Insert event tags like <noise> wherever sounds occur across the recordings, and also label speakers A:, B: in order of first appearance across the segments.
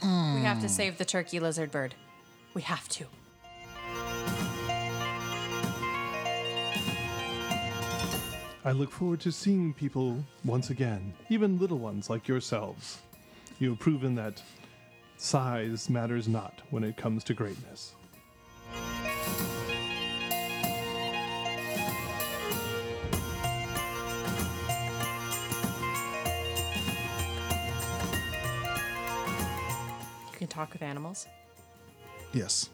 A: have to save the turkey lizard bird. We have to.
B: I look forward to seeing people once again, even little ones like yourselves. You have proven that size matters not when it comes to greatness.
A: You can talk with animals.
C: Yes,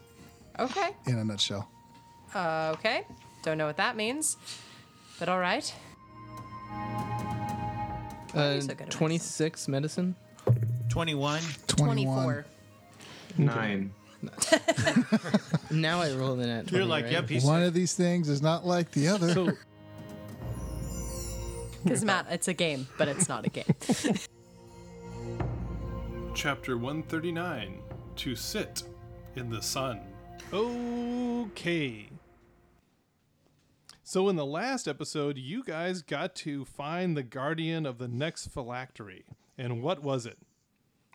A: Okay.
C: in a nutshell.
A: Okay. Don't know what that means, but all right.
D: Uh,
A: you so good at
D: 26 medicine.
E: 21.
C: 21.
A: 24.
F: Nine.
D: Now I roll the net.
E: You're like, yep, he's.
C: One of these things is not like the other.
B: So,
A: Because Matt, it's a game, but it's not a game.
B: Chapter 139 To Sit in the Sun. Okay. So, in the last episode, you guys got to find the guardian of the next phylactery. And what was it?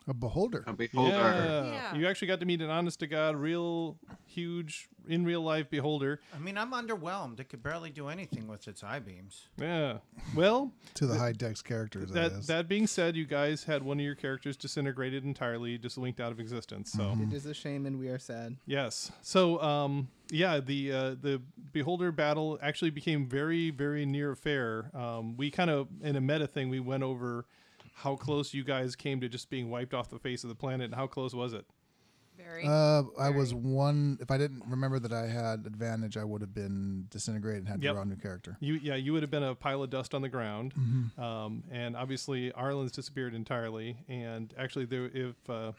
C: a beholder.
F: A beholder.
A: Yeah.
B: You actually got to meet an honest to God, real huge, in real life beholder.
E: I mean, I'm underwhelmed. It could barely do anything with its eye beams.
B: Yeah. Well,
C: To the high dex characters, that
B: that
C: is.
B: that being said, you guys had one of your characters disintegrated entirely, just linked out of existence. So
D: It is a shame and we are sad.
B: Yes. So, um, yeah, the uh, the Beholder battle actually became very, very near fair. Um, we kind of, in a meta thing, we went over how close you guys came to just being wiped off the face of the planet. And how close was it?
A: Very.
C: Uh, I was one. If I didn't remember that I had advantage, I would have been disintegrated and had
B: Yep.
C: to draw a new character.
B: You, yeah, you would have been a pile of dust on the ground. Um, and obviously, Arlen's disappeared entirely. And actually, there, if uh,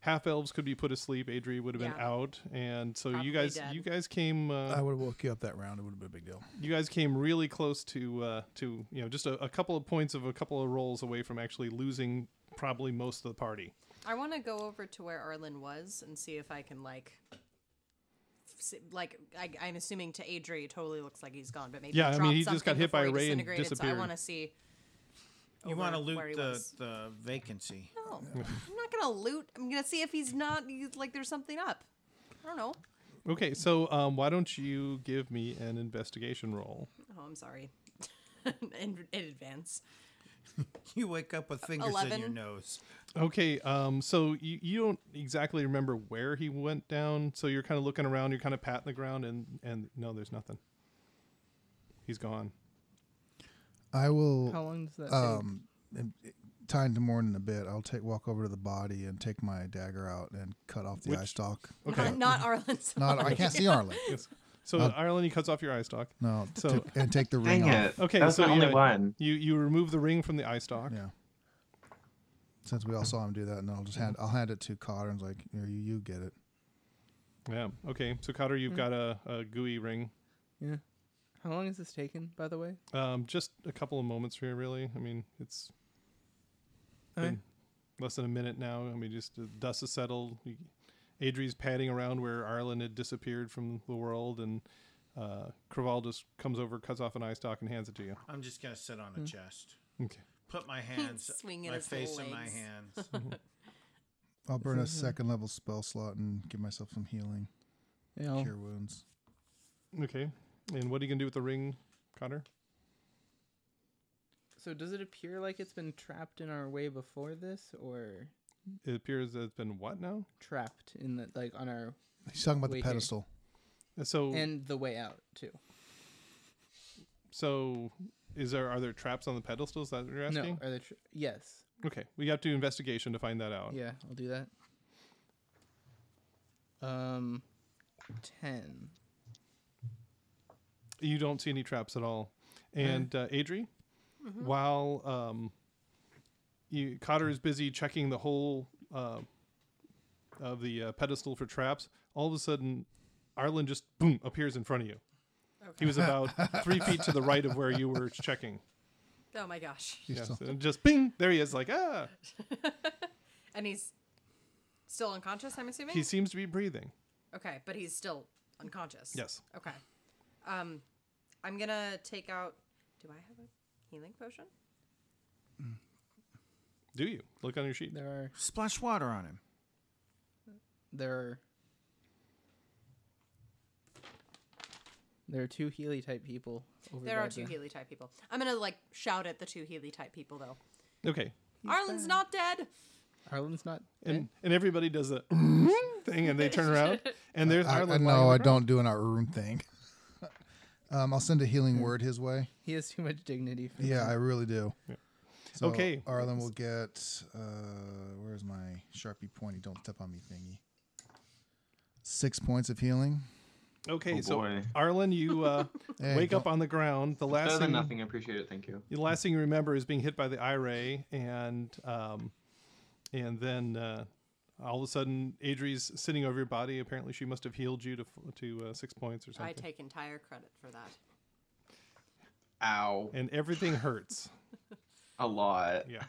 B: half elves could be put asleep, Adri would have been
A: Yeah.
B: out. And so
A: Probably
B: you guys,
A: dead.
B: you guys came. Uh,
C: I would have woke you up that round. It would have been a big deal.
B: you guys came really close to uh, to you know just a, a couple of points of a couple of rolls away from actually losing probably most of the party.
A: I want to go over to where Arlen was and see if I can like, s- like I, I'm assuming to Adri, it totally looks like he's gone, but maybe
B: Yeah,
A: He
B: I mean,
A: dropped
B: he just got
A: something
B: hit by
A: before he
B: a ray and
A: disintegrated, So
B: disappeared.
A: I want to see.
E: You want to
A: over where he
E: loot the,
A: was.
E: the vacancy. <laughs>
A: No, I'm not gonna loot. I'm gonna see if he's not he's, like there's something up. I don't know.
B: Okay, so um, why don't you give me an investigation roll?
A: Oh, I'm sorry. <laughs> in, in advance.
E: You wake up with fingers in your
A: Eleven.
E: nose.
B: Okay, um, so you, you don't exactly remember where he went down, so you're kind of looking around, you're kind of patting the ground, and and no, there's nothing. He's gone.
C: I will.
D: How long does that
C: um, in- time to mourn in a bit. I'll take walk over to the body and take my dagger out and cut off the eye stalk.
B: Okay.
A: Not, not Arlen's.
C: <laughs> Not, I
A: <laughs>
B: <laughs>
C: can't see Arlen.
B: Yes. So Ireland, he cuts off your eye stalk.
C: No,
B: So-
C: so, and take the ring
F: Dang
C: off.
F: it.
B: Okay,
F: that was
B: so
F: the only
B: yeah,
F: one.
B: You you remove the ring from the eye stalk.
C: Yeah. Since we all saw him do that, and I'll just hand I'll hand it to Cotter and like you you you get it.
B: Yeah. Okay. So Cotter, you've got a, a gooey ring.
D: take? Yeah. How long has this taken, by the way?
B: Um, just a couple of moments here, really. I mean, it's
D: All right.
B: been less than a minute now. I mean, just the dust has settled. You- Adri's padding around where Arlen had disappeared from the world, and uh, Craval just comes over, cuts off an eye stalk, and hands it to you.
E: I'm just going to sit on a chest.
B: Hmm. Okay.
E: Put my hands, uh,
A: swinging
E: my
A: his little
E: face in my
A: legs.
E: hands.
C: I'll burn a second level spell slot and give myself some healing,
D: Yeah, I'll-
C: cure wounds.
B: Okay. And what are you gonna do with the ring, Cotter?
D: So does it appear like it's been trapped in our way before this, or
B: It appears that it's been what now?
D: trapped in the like on our
C: He's talking about
D: Wait
C: the
D: here.
C: pedestal.
B: Uh, So
D: and the way out too?
B: so is there are there traps on the pedestals that you're asking?
D: No, are they? Tra- yes.
B: Okay. We have to do investigation to find that
E: Oh.
B: out.
D: Yeah, I'll do that. Um, ten.
B: you don't see any traps at all.
C: Mm-hmm.
B: And uh, Adri, while um, you, Cotter is busy checking the whole uh, of the uh, pedestal for traps, all of a sudden, Arlen just boom appears in front of you. He was about three feet to the right of where you were
C: <laughs>
B: checking.
A: Oh my gosh.
B: Yes, and just bing, there he is. Like ah,
A: And he's still unconscious. I'm assuming.
B: he seems to be breathing.
A: okay, but he's still unconscious.
B: Yes.
A: Okay. Um, I'm gonna take out. Do I have a healing potion?
B: Do you look on your sheet?
D: There are
E: Splash water on him.
D: there are there are two Healy type people over
A: There
D: by
A: are two
D: the-
A: Healy type people. I'm gonna like shout at the two Healy type people though.
B: Okay.
A: Arlen's not dead.
D: Arlen's not.
B: And and everybody does the <laughs> thing and they turn around and there's
C: I, I
B: Arlen.
C: know I
B: lying
C: don't do an art room thing. <laughs> um, I'll send a healing word his way.
D: He has too much dignity. For
C: Yeah, I really do. So
B: Okay.
C: Arlen will get. Uh, where's my sharpie pointy? Don't step on me thingy. Six points of healing.
B: around. Okay,
F: Oh,
B: so
F: boy.
B: Arlen, you
F: <laughs>
B: uh,
C: Hey,
B: wake
C: don't-
B: up on the ground. The last
F: Better than
B: thing
F: nothing. I appreciate it. Thank you.
B: the last thing you remember is being hit by the eye ray and um, and then uh, all of a sudden Adri's sitting over your body. Apparently, she must have healed you to f- to uh, six points or something.
A: I take entire credit for that.
F: Ow.
B: and everything hurts.
F: A lot.
B: Yeah.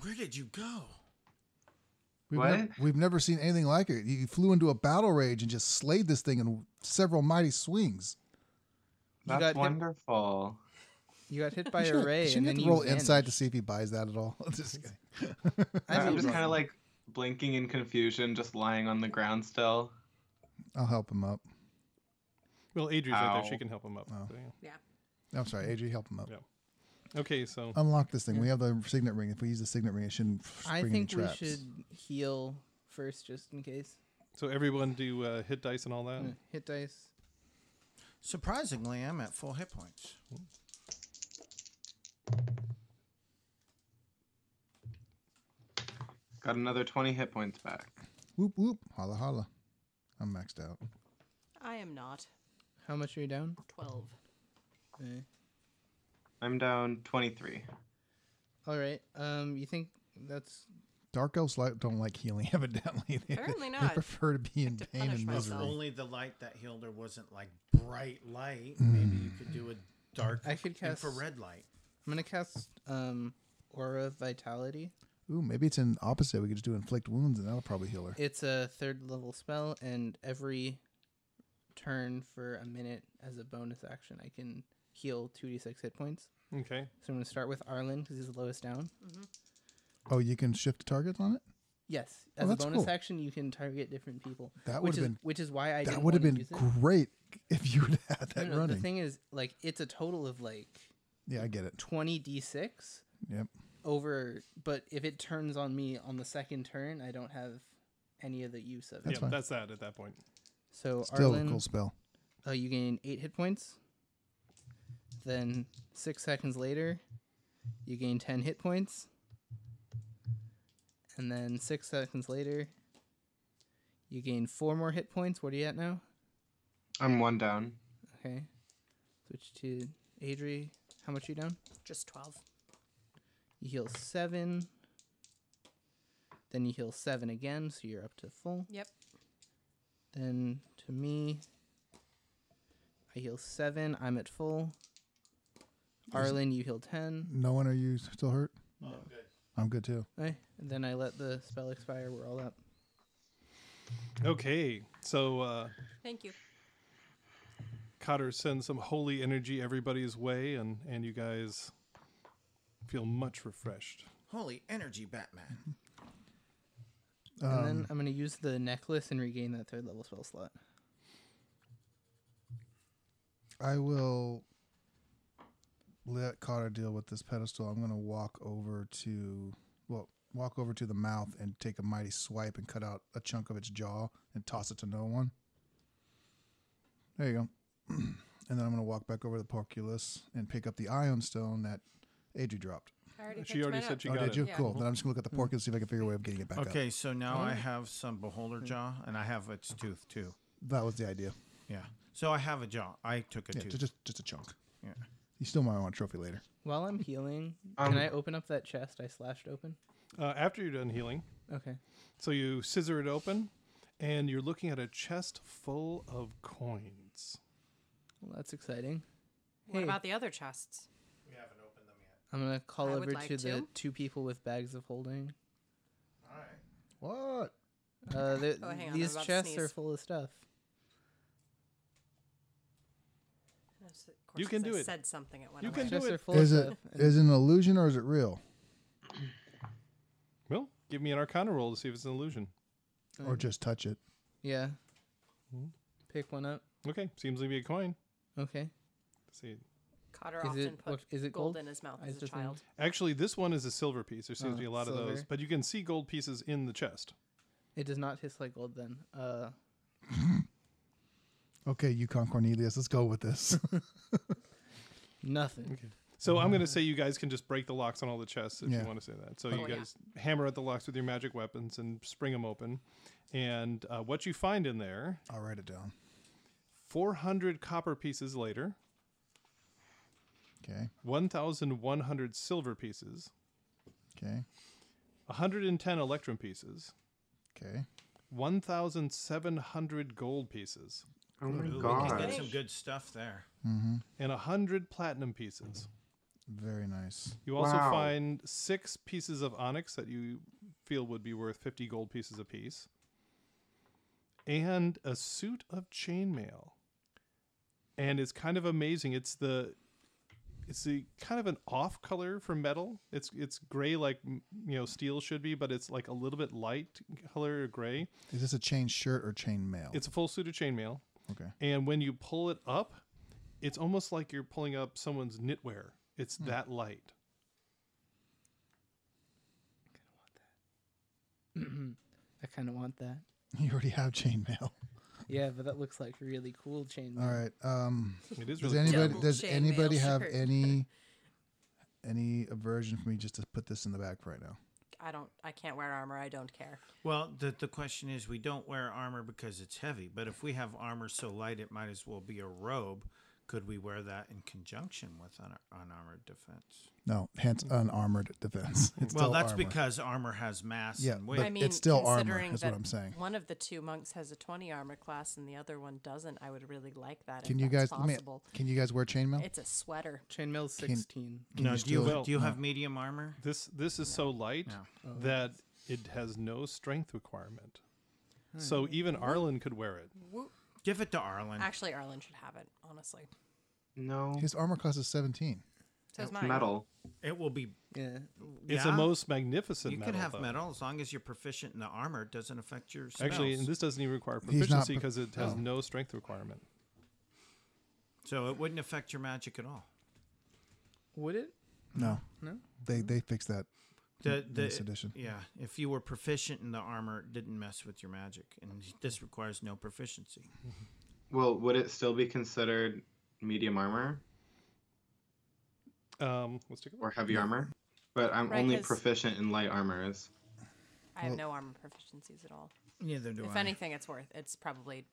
E: Where did you go?
C: We've,
F: What?
C: nev- we've never seen anything like it. You flew into a battle rage and just slayed this thing in several mighty swings.
F: That's
D: got hit-
F: wonderful.
D: You got
C: <laughs>
D: hit by
C: You
D: a
C: should-
D: ray,
C: should
D: and
C: you have
D: then
C: to
D: you
C: roll
D: vanished.
C: inside to see if he buys that at all. <laughs> Just kidding. <laughs>
D: I
F: I'm
D: mean,
F: just kind of like blinking in confusion, just lying on the ground still.
C: I'll help him up.
B: Well, Adri's right there.
F: Ow.
B: She can help him up.
C: Oh.
B: So, yeah.
C: I'm sorry, Adri, help him up.
B: Yeah. Okay, so
C: Unlock this thing. We have the signet ring. If we use the signet ring, it shouldn't
D: I
C: spring any
D: think we
C: traps.
D: should heal first, just in case.
B: so everyone do uh, hit dice and all that.
D: Mm, Hit dice.
E: Surprisingly, I'm at full hit points.
F: Got another 20 hit points back.
C: Whoop whoop. Holla holla. I'm maxed out.
A: I am not.
D: How much are you down?
A: Twelve.
D: Okay.
F: I'm down 23.
D: All right. Um, you think that's
C: Dark elves like, don't like healing, <laughs> evidently. They,
A: Apparently
C: <laughs> they
A: not.
C: prefer to be in
A: to
C: pain
A: punish
C: and
E: If
A: myself.
C: misery.
E: only the light that healed her wasn't like bright light. Maybe you could do a dark
B: Hmm.
D: I could cast-
E: infrared light.
D: I'm gonna cast um aura of vitality.
C: Ooh, maybe it's an opposite. We could just do inflict wounds, and that'll probably heal her.
D: It's a third level spell, and every turn for a minute as a bonus action, I can heal two d six hit points.
B: Okay.
D: So I'm gonna start with Arlen because he's the lowest down.
C: Oh, you can shift targets on it.
D: Yes,
C: Oh,
D: as a
C: that's
D: bonus
C: cool.
D: action, you can target different people.
C: That
D: which
C: would've
D: is-
C: been-
D: which is why I
C: that
D: didn't
C: would have
D: wanna
C: been
D: use it.
C: great if you'd had
D: No,
C: that
D: no, The
C: running.
D: thing is, like, it's a total of like
C: Yeah, I get it.
D: twenty d six
C: Yep.
D: over, but if it turns on me on the second turn, I don't have any of the use of it.
B: yeah,
C: fine.
B: that's that at that point.
D: So
C: Still
D: Arlen,
C: a cool spell.
D: Uh, you gain eight hit points. Then six seconds later, you gain ten hit points. And then six seconds later, you gain four more hit points. What are you at now?
F: I'm one down.
D: Okay. Switch to Adri. How much are you down?
A: Just twelve.
D: You heal seven. Then you heal seven again, so you're up to full.
A: Yep.
D: Then to me, I heal seven. I'm at full. Arlen, you heal ten.
C: No one, are you still hurt? I'm good too.
D: Okay, and then I let the spell expire. We're all up.
B: Okay, so uh,
A: Thank you.
B: Cotter sends some holy energy everybody's way, and and you guys feel much refreshed.
E: Holy energy, Batman.
D: and
B: Um.
D: then I'm gonna use the necklace and regain that third level spell slot.
C: I will let Cotter deal with this pedestal. I'm gonna walk over to well, walk over to the mouth and take a mighty swipe and cut out a chunk of its jaw and toss it to no one. There you go. <clears throat> and then I'm gonna walk back over to the porculus and pick up the ion stone that Adri dropped.
A: I already
B: She
A: picked
B: already
A: mine
B: said
A: up.
B: she
C: oh,
B: got
C: did
B: it. Mm-hmm.
C: you?
A: Yeah.
C: Cool. Then I'm just gonna look at the porculus see if I can figure a way of getting it back up.
E: Okay, so now I have some beholder
C: Hmm.
E: jaw, and I have its tooth too.
C: That was the idea.
E: Yeah. So I have a jaw. I took a
C: Yeah,
E: tooth.
C: just just a chunk.
E: Yeah.
C: You still might want a trophy later.
D: While I'm healing,
F: Um,
D: can I open up that chest I slashed open?
B: Uh, after you're done healing,
D: Okay.
B: so you scissor it open, and you're looking at a chest full of coins.
D: Well, that's exciting.
A: What
D: Hey.
A: about the other chests?
E: We haven't opened them yet.
D: I'm gonna call
A: I would
D: over
A: like
D: to the
A: to.
D: two people with bags of holding.
E: All right.
C: What?
D: Uh, they're-
A: Oh, hang on, I'm
D: these
A: about to
D: chests are
A: sneeze.
D: full of stuff.
A: Yes, of
B: You
A: course,
B: can
A: 'cause
B: do
A: I
B: it.
A: Said something at one
B: You
A: of
B: can
A: my-
B: do
D: Chests
B: it.
D: are full
C: Is
D: of
C: it
D: stuff. and-
C: is it an illusion or is it real?
B: Well, give me an Arcana roll to see if it's an illusion.
C: or just touch it.
D: Yeah. Pick one up.
B: Okay, seems to be a coin.
D: Okay.
B: See,
A: Cotter
D: Is
A: often
D: it-
A: put
D: what- is it
A: gold
D: gold?
A: in his mouth
D: I
A: as a
D: just
A: child.
B: actually, this one is a silver piece. There seems
D: Oh,
B: to be a lot of those,
D: silver.
B: but you can see gold pieces in the chest.
D: It does not taste like gold then. Uh,
C: Okay, Yukon Cornelius, let's go with this. <laughs>
D: nothing.
B: So I'm going to say you guys can just break the locks on all the chests if
C: Yeah.
B: you want to say that. So
A: Oh,
B: you
A: yeah.
B: guys hammer at the locks with your magic weapons and spring them open. And uh, what you find in there,
C: I'll write it down.
B: 400 copper pieces later,
C: Okay,
B: 1,100 silver pieces,
C: okay,
B: 110 electrum pieces,
C: okay.
B: 1,700 gold pieces,
G: Oh my
E: He's
G: god.
E: got some good stuff there.
B: and 100 platinum pieces.
C: Very nice.
B: You also
G: Wow.
B: find six pieces of onyx that you feel would be worth 50 gold pieces apiece, and a suit of chainmail. And it's kind of amazing. It's the it's the kind of an off color for metal. It's it's gray like m- you know steel should be, but it's like a little bit light color gray.
C: Is this a chain shirt or chain mail?
B: It's a full suit of chainmail,
C: okay. <laughs>
B: and when you pull it up, it's almost like you're pulling up someone's knitwear. It's
C: Hmm.
B: that light.
D: <clears throat> I kind of want that.
C: You already have chain mail. <laughs>
D: Yeah, but that looks like really cool chain.
C: All right. Um,
B: It is
C: does
B: really cool.
C: anybody
A: Double
C: does
A: chain
C: anybody
A: mail
C: have
A: shirt. <laughs>
C: any any aversion for me just to put this in the back right now?
A: I don't. I can't wear armor. I don't care.
E: Well, the the question is, we don't wear armor because it's heavy. But if we have armor so light, it might as well be a robe. Could we wear that in conjunction with un- unarmored defense?
C: No, hence
A: Mm.
C: unarmored defense. It's
E: well,
C: still
E: that's
C: armor.
E: because armor has mass
C: Yeah,
E: and
C: but-
E: weight.
A: I
C: It's
A: mean,
C: still armor,
A: considering
C: is what
A: that
C: I'm saying.
A: One of the two monks has a 20 armor class and the other one doesn't. I would really like that.
C: Can
A: if
C: you guys
A: that's
C: let me-
A: Possible.
C: can you guys wear chainmail?
A: It's a sweater.
D: Chainmail sixteen.
C: Can
E: no, do you
C: still-
E: do you have medium armor?
B: This this is so light
C: Oh,
B: that it has no strength requirement.
E: Hmm.
B: So even Arlen could wear it.
E: Give it to Arlen.
A: Actually, Arlen should have it. Honestly,
F: No,
C: His armor class is 17.
A: so is
F: it's
A: mine.
F: metal.
E: It will be.
D: Yeah.
B: It's the
E: yeah,
B: most magnificent
E: You
B: metal.
E: can have
B: though.
E: metal as long as you're proficient in the armor. It doesn't affect your spells.
B: Actually, and this doesn't even require
C: He's not oh.
B: proficiency
C: pro-
B: because it has no strength requirement.
E: so it wouldn't affect your magic at all.
D: Would it?
C: No.
D: No?
C: They they fixed that. Hmm,
E: The, the,
C: this edition.
E: Yeah, if you were proficient in the armor, it didn't mess with your magic, and this requires no proficiency.
F: Well, would it still be considered medium armor
B: Um, let's take a look.
F: or heavy armor? But I'm
A: Right,
F: only
A: 'cause-
F: proficient in light armors.
A: I have no armor proficiencies at all.
E: Neither do
A: if
E: I.
A: anything, it's worth. It's probably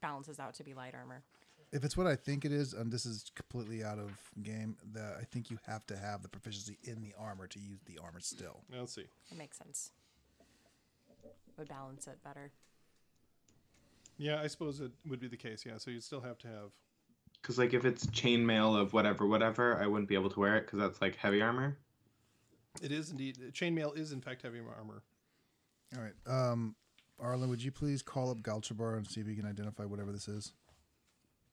A: balances out to be light armor.
C: If it's what I think it is, and this is completely out of game, that I think you have to have the proficiency in the armor to use the armor still.
B: Let's see.
A: It makes sense. Would balance it better.
B: Yeah, I suppose it would be the case. Yeah, so you'd still have to have.
F: Because like if it's chainmail of whatever, whatever, I wouldn't be able to wear it because that's like heavy armor.
B: It is indeed chainmail is in fact heavy armor.
C: All right. Um, Arlen, would you please call up Galchabar and see if you can identify whatever this is?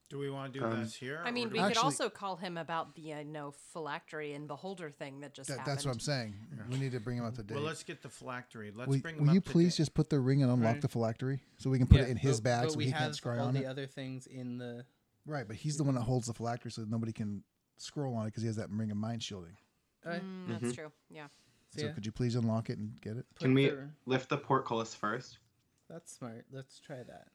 E: Do we want to do this here?
A: I mean,
E: or
A: we
E: do
A: could
C: Actually-
A: also call him about the uh, no phylactery and beholder thing that just
C: That,
A: happened.
C: that's what I'm saying. We need to bring him up to date.
E: well, let's get the phylactery. Let's
C: will
E: bring.
C: will
E: them
C: you
E: up to
C: please
E: date.
C: just put the ring and unlock the phylactery so we can put
D: Yeah,
C: it in his
D: but-
C: bag
D: but
C: so
D: we
C: he
D: have
C: can't scry
D: all
C: on
D: the
C: it?
D: other things in the.
C: Right, but he's the one that holds the phylactery so nobody can scroll on it because he has that ring of mind shielding.
D: Alright,
A: Mm,
C: mm-hmm.
A: that's true. Yeah.
D: so
C: So
D: yeah,
C: could you please unlock it and get it?
D: put
F: Can we
D: the-
F: lift the portcullis first?
D: That's smart. Let's try that.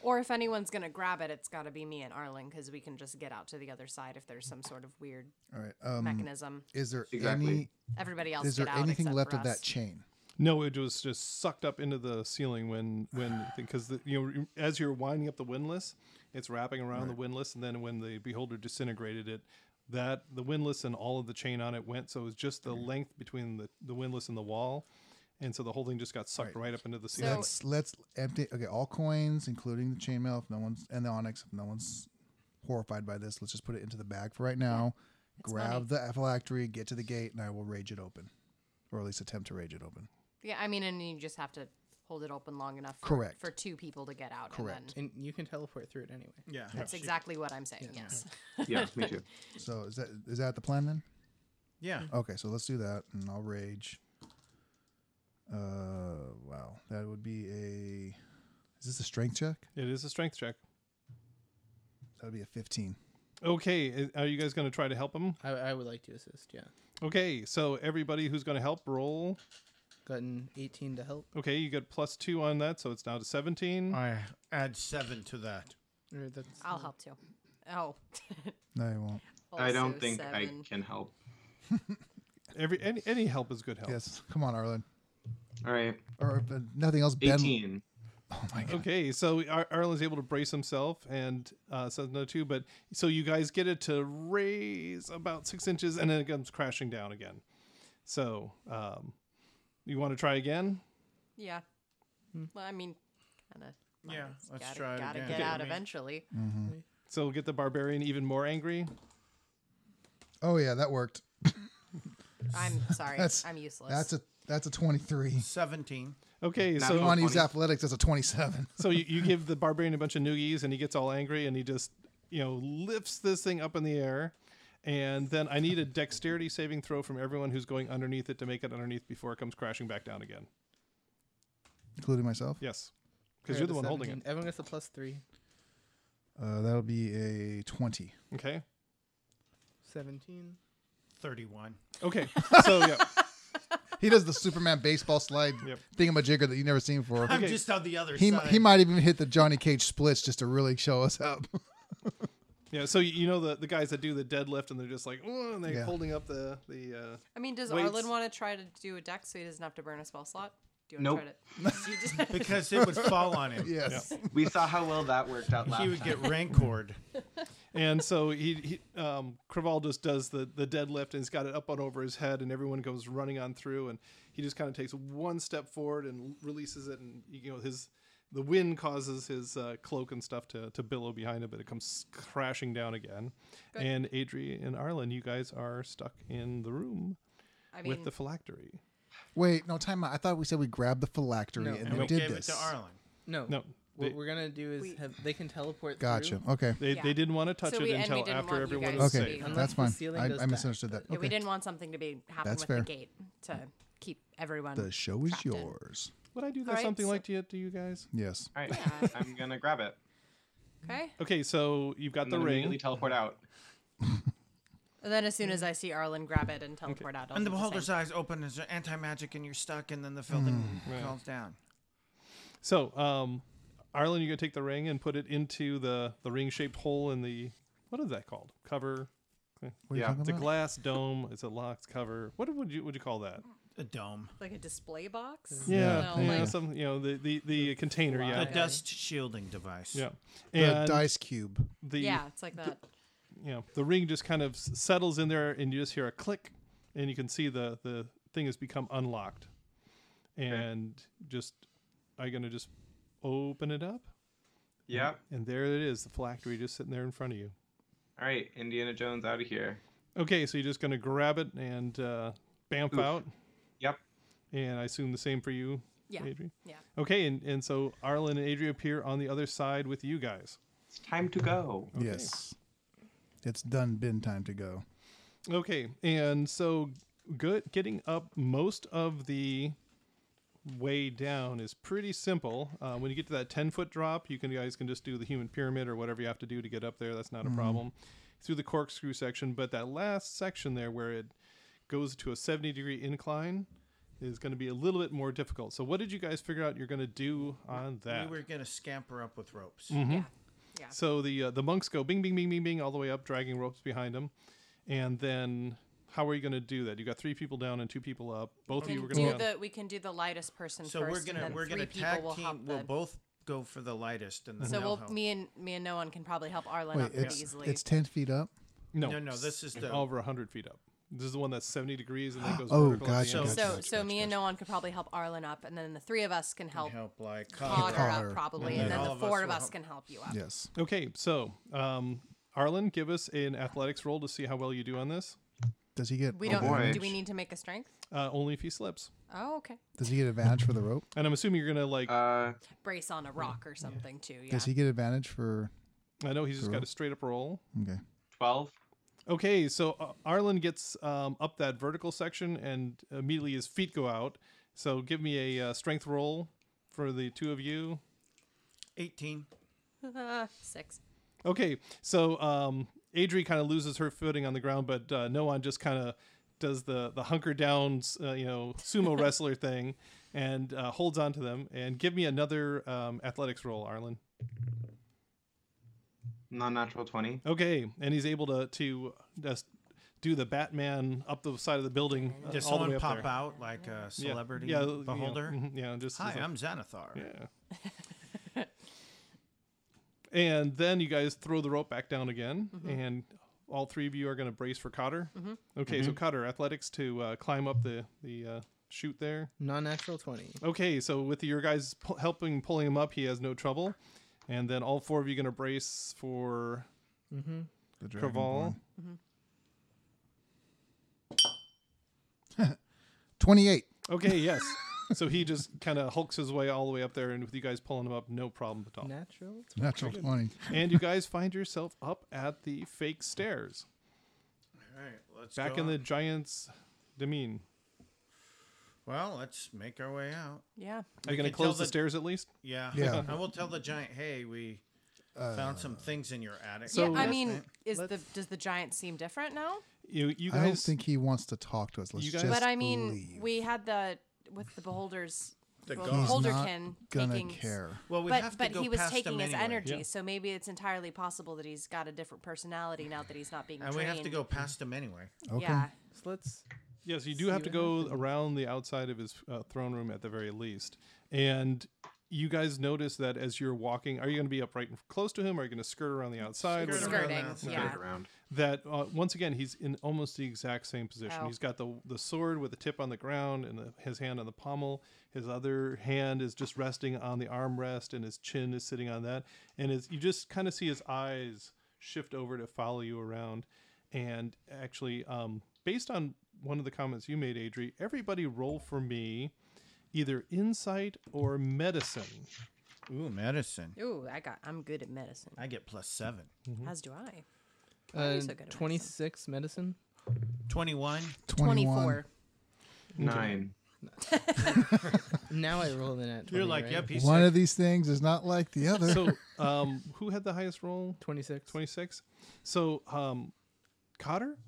A: Or if anyone's gonna grab it, it's gotta be me and Arlen because we can just get out to the other side if there's some sort of weird
C: All right. Um,
A: mechanism.
C: is there
F: Exactly.
C: any
A: Everybody else.
C: is there
A: get out
C: anything
A: except
C: left
A: for
C: of that
A: us.
C: chain?
B: No, it was just sucked up into the ceiling when when because the, you know as you're winding up the windlass, it's wrapping around the windlass, and then when the beholder disintegrated it, that the windlass and all of the chain on it went. So it was just the length between the the windlass and the wall, and so the whole thing just got sucked right, up into the ceiling.
C: let's let's empty okay all coins including the chainmail if no one's and the onyx if no one's horrified by this let's just put it into the bag for right now grab the phylactery get to the gate and i will rage it open or at least attempt to rage it open
A: Yeah, I mean, and you just have to hold it open long enough. For,
C: Correct.
A: For two people to get out.
C: Correct.
A: And then
D: And you can teleport through it anyway.
E: Yeah.
A: that's exactly what I'm saying. Yes.
F: Yeah, me too.
C: so is that is that the plan then
A: Mm.
E: Yeah.
C: okay so let's do that and i'll rage Uh, wow, that would be a. Is this a strength check?
B: It is a strength check.
C: That would be a fifteen.
B: Okay, i- are you guys going to try to help him?
D: I, I would like to assist. Yeah,
B: Okay, so everybody who's going to help roll.
D: gotten 18 to help
B: Okay, you get plus two on that, so it's now to 17.
E: I add seven to that.
D: Or that's
A: I'll help too. Oh, <laughs>
C: No, you won't.
F: I don't
A: also
F: think I
A: seven.
F: can help.
B: Every any, any help is good help.
C: Yes, come on, Arlen.
F: All right,
C: Or uh, nothing else. Ben.
F: eighteen.
C: Oh my god.
B: Okay, so Ar- Arlen's able to brace himself and uh, says no too, but so you guys get it to raise about six inches and then it comes crashing down again. So um, you want to try again?
A: Yeah.
C: Hmm.
A: Well, I mean, kind of.
E: Yeah, let's try it
A: Gotta
E: again.
A: get
E: Okay.
A: out
E: I mean-
A: eventually.
C: Mm.
B: So get the barbarian even more angry.
C: Oh yeah, that worked. <laughs>
A: I'm sorry.
C: That's-
A: I'm useless.
C: That's a that's a twenty-three.
E: Seventeen.
B: Okay,
F: Not
B: so
C: Come on, use
F: 20.
C: athletics as a twenty-seven. <laughs>
B: so you, you give the barbarian a bunch of noogies and he gets all angry and he just you know lifts this thing up in the air and then i need a dexterity saving throw from everyone who's going underneath it to make it underneath before it comes crashing back down again
C: including myself.
B: yes because you're the one holding it
D: Everyone gets a plus three.
C: Uh, that'll be a twenty.
B: okay
D: 17.
E: Thirty-one.
B: okay
A: <laughs>
B: so yeah
C: He does the Superman baseball slide
B: Yep.
C: thingamajigger that you've never seen
E: <laughs>
C: before.
E: I'm
B: Okay.
E: just on the other
C: He,
E: side.
C: he might even hit the Johnny Cage splits just to really show us up.
B: yeah so you know the, the guys that do the deadlift and they're just like oh and they're
C: Yeah.
B: holding up the the uh
A: I mean, does
B: Wait.
A: Arlen want to try to do a deck so he doesn't have to burn a spell slot? Do you
F: Nope.
A: want to <laughs>
C: <laughs>
A: try to?
E: <laughs> because it would fall on him.
C: <laughs> yes.
F: We saw how well that
B: <laughs>
F: worked out last
E: He would
F: time.
E: get
C: <laughs>
E: rancored.
B: and so he, he um Craval just does the the deadlift and he's got it up and over his head and everyone goes running on through and he just kind of takes one step forward and releases it and you know his the wind causes his uh, cloak and stuff to, to billow behind him but it comes crashing down again and Adri and Arlen you guys are stuck in the room
A: I mean,
B: with the phylactery
C: Wait, no, time out. I thought we said we grabbed the phylactery
D: No.
C: and,
E: And
C: we
E: we
C: did
E: gave
C: this.
E: it to Arlen.
D: No.
B: no
D: What
B: they,
D: we're going to do is
A: We-
D: have, they can teleport
C: Gotcha.
D: through.
C: Okay.
B: they,
A: Yeah.
B: they didn't want to touch
A: So
B: it
A: we- and we
B: until
A: didn't
B: after
A: want you
B: everyone
A: guys
B: was
A: to
C: Okay,
A: be-
B: safe
D: Unless
C: that's
D: the
C: fine.
D: ceiling
C: I,
D: goes
C: I
D: back,
C: misunderstood that.
D: but-
A: yeah,
C: Okay.
A: we didn't want something to be happen
C: That's
A: with
C: fair.
A: the gate to keep everyone.
C: the show is
A: trapped in.
C: yours.
B: would I do that
A: Alright,
B: something
A: so-
B: like to you, to you guys
A: <laughs>
C: Yes.
F: All right, I'm gonna grab
B: <laughs>
F: it.
A: Okay.
B: okay so you've got
F: And
B: the
F: then
B: ring
F: immediately teleport out.
A: And then as soon as I see Arlen grab it and teleport out, I'll
E: And the
A: do same.
E: beholder's eyes open as anti magic, and you're stuck, and then the building
C: Mm.
E: falls down.
B: So, um, Arlen, you're gonna take the ring and put it into the the ring shaped hole in the what is that called? Cover.
C: What are
F: Yeah,
C: you talking
B: It's a
C: about?
B: glass dome. It's a locked cover. What would you would you call that?
E: A dome.
A: like a display box.
B: Yeah,
A: No,
B: yeah,
A: like-
B: some you know the the, the container.
E: A
B: Yeah,
A: Okay.
E: dust shielding device.
B: yeah.
C: The
B: And
C: dice cube.
B: the
A: yeah, it's like that.
B: you know the ring just kind of s- settles in there, and you just hear a click, and you can see the the thing has become unlocked, and just are you gonna just open it up?
F: Yep.
B: And there it is, the phylactery just sitting there in front of you.
F: All right, Indiana Jones out of here.
B: Okay, so you're just gonna grab it and uh, bamf out,
F: Yep.
B: and I assume the same for you,
A: Yeah.
B: Adri.
A: Yeah.
B: Okay, and, and so Arlen and Adri appear on the other side with you guys.
F: It's time to go.
C: Yes. It's done. Been time to go.
B: Okay, and so good getting up most of the way down is pretty simple. Uh, when you get to that ten foot drop, you can you guys can just do the human pyramid or whatever you have to do to get up there. That's not a problem. Through the corkscrew section, but that last section there where it goes to a seventy degree incline is going to be a little bit more difficult. So what did you guys figure out you're going to do on that?
E: We were going to scamper up with ropes.
B: Mm-hmm.
A: Yeah.
B: So the uh, the monks go bing bing bing bing bing all the way up, dragging ropes behind them, and then how are you going to do that? You got three people down and two people up. Both of
A: We
B: you were
A: can
B: going to
A: do
B: be on.
A: the we can do the lightest person
E: So
A: first.
E: we're
A: and
E: gonna
A: then
E: we're gonna
A: three
E: tag
A: people will hop
E: team. We'll
A: the-
E: both go for the lightest, and then
A: So
E: they'll
A: we'll
E: help.
A: me and me and no one can probably help Arlen
C: Wait,
A: out pretty
C: it's
A: easily.
C: it's ten feet up.
B: No,
E: no, no, this is the
B: over hundred feet up. This is the one that's seventy degrees and then goes
C: Oh,
B: vertical. at the
C: gotcha,
B: end.
E: So-
A: so
C: gotcha,
A: so
C: gotcha,
A: me and no one could probably help Arlen up, and then the three of us can help,
E: help like uh,
A: Cog
E: Cog.
A: her
C: Cog her.
A: up probably,
E: And
A: and then
E: then all
A: the
E: of us
A: four of
E: will
A: us
E: help.
A: can help you up.
C: Yes.
B: okay, so um, Arlen, give us an athletics roll to see how well you do on this.
C: Does he get?
A: We
F: Oh,
A: don't.
F: boy.
A: Do we need to make a strength?
B: Uh, only if he slips,
A: Oh, okay.
C: Does he get advantage for the rope?
B: and I'm assuming you're going to like.
F: Uh,
A: Brace on a rock or something too. Yeah.
C: Does he get advantage for?
B: I know he's just got a straight up roll.
C: Okay.
F: twelve.
B: Okay, so uh, Arlen gets um, up that vertical section, and immediately his feet go out. So give me a uh, strength roll for the two of you.
E: 18.
A: <laughs> Six.
B: Okay, so um, Adri kind of loses her footing on the ground, but uh, Noan just kind of does the the hunker down, uh, you know, sumo wrestler thing, and uh, holds on to them. And give me another um, athletics roll, Arlen.
F: Non-natural twenty.
B: Okay, and he's able to to uh, just do the Batman up the side of the building uh,
E: Does
B: all the way
E: someone
B: up
E: pop
B: there.
E: out like a
B: Yeah,
E: celebrity
B: yeah, you know,
E: beholder?
B: mhm, yeah, just
E: Hi,
B: just like-
E: I'm Xanathar.
B: yeah.
E: <laughs>
B: and then you guys throw the rope back down again,
E: Mm-hmm.
B: and all three of you are going to brace for Cotter. Okay, so Cotter, athletics to uh, climb up the the uh, chute there.
D: Non natural 20.
B: Okay, so with your guys pu- helping pulling him up, he has no trouble. And then all four of you going to brace for
C: The
B: Craval.
C: Dragonborn.
A: Mm-hmm.
C: <laughs> 28.
B: Okay,
E: <laughs>
B: yes. so he just kind of hulks his way all the way up there, and with you guys pulling him up, no problem at all.
D: Natural?
C: Natural 20.
B: And you guys find yourself up at the fake stairs,
E: All right, let's
B: back
E: go
B: in the
E: up.
B: giant's domain.
E: Well, let's make our way out.
A: Yeah.
B: Are you going
E: We
B: to
E: could tell
B: close the
E: that-
B: stairs at least?
E: Yeah.
C: Yeah.
E: <laughs> I will tell the giant, hey, we found some things in your attic.
B: so-
A: yeah, I
B: let's-
A: mean, is the does the giant seem different now?
B: You, you
C: I don't
B: guys,
C: think he wants to talk to us. Let's
B: You guys-
C: just
A: But I mean,
C: leave.
A: we had the with the beholders.
E: The
A: well,
E: gaunt. He's
C: He's
A: beholder
C: not
A: can
C: gonna
A: taking,
C: care.
E: well, we
A: but
E: have to
A: but
E: go
A: he was
E: past
A: taking
E: them
A: his
E: anyway.
A: energy,
B: Yeah.
A: so maybe it's entirely possible that he's got a different personality now that he's not being.
E: And we
A: trained.
E: have to go past them anyway.
C: Okay.
A: Yeah.
D: So let's.
B: yes, you do have
D: See
B: to
D: what
B: go around the outside of his uh, throne room at the very least. And you guys notice that as you're walking, are you going to be up right and close to him? Or are you going to skirt around the outside?
E: Skirt
B: Whatever.
E: around
A: Skirting.
E: that.
A: Yeah.
F: Skirt around.
B: that uh, once again he's in almost the exact same position.
A: Ow.
B: He's got the the sword with the tip on the ground and the, his hand on the pommel. His other hand is just resting on the armrest, and his chin is sitting on that. And his, you just kind of see his eyes shift over to follow you around. And actually, um, based on one of the comments you made, Adri, everybody roll for me either insight or medicine.
E: Ooh, medicine.
A: Ooh, I got. I'm good at medicine.
E: I get plus seven.
A: As do I. are
D: Uh,
A: you so good at
D: 26 medicine?
E: 21.
C: 21.
A: Twenty-four.
F: Nine.
D: Now I roll the net. 20,
E: You're like,
D: right?
E: yep, he's
C: One of these things is not
B: <laughs>
C: like the other.
B: So, um, who had the highest roll?
D: 26.
B: 26. So, um, Cotter,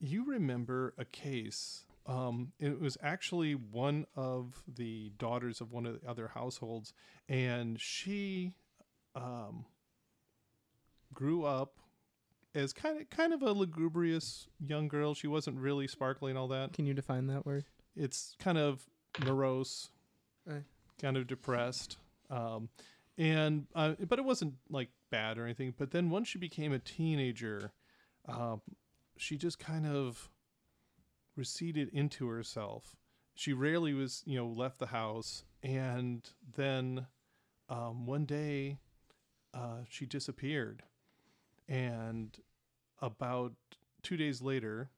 B: you remember a case. Um, it was actually one of the daughters of one of the other households, and she um, grew up as kind of kind of a lugubrious young girl. She wasn't really sparkly and all that.
D: Can you define that word?
B: It's kind of morose,
D: Right.
B: kind of depressed. Um, and uh, but it wasn't like bad or anything. But then once she became a teenager, um, she just kind of receded into herself. She rarely was, you know, left the house. And then um, one day, uh, she disappeared. And about two days later,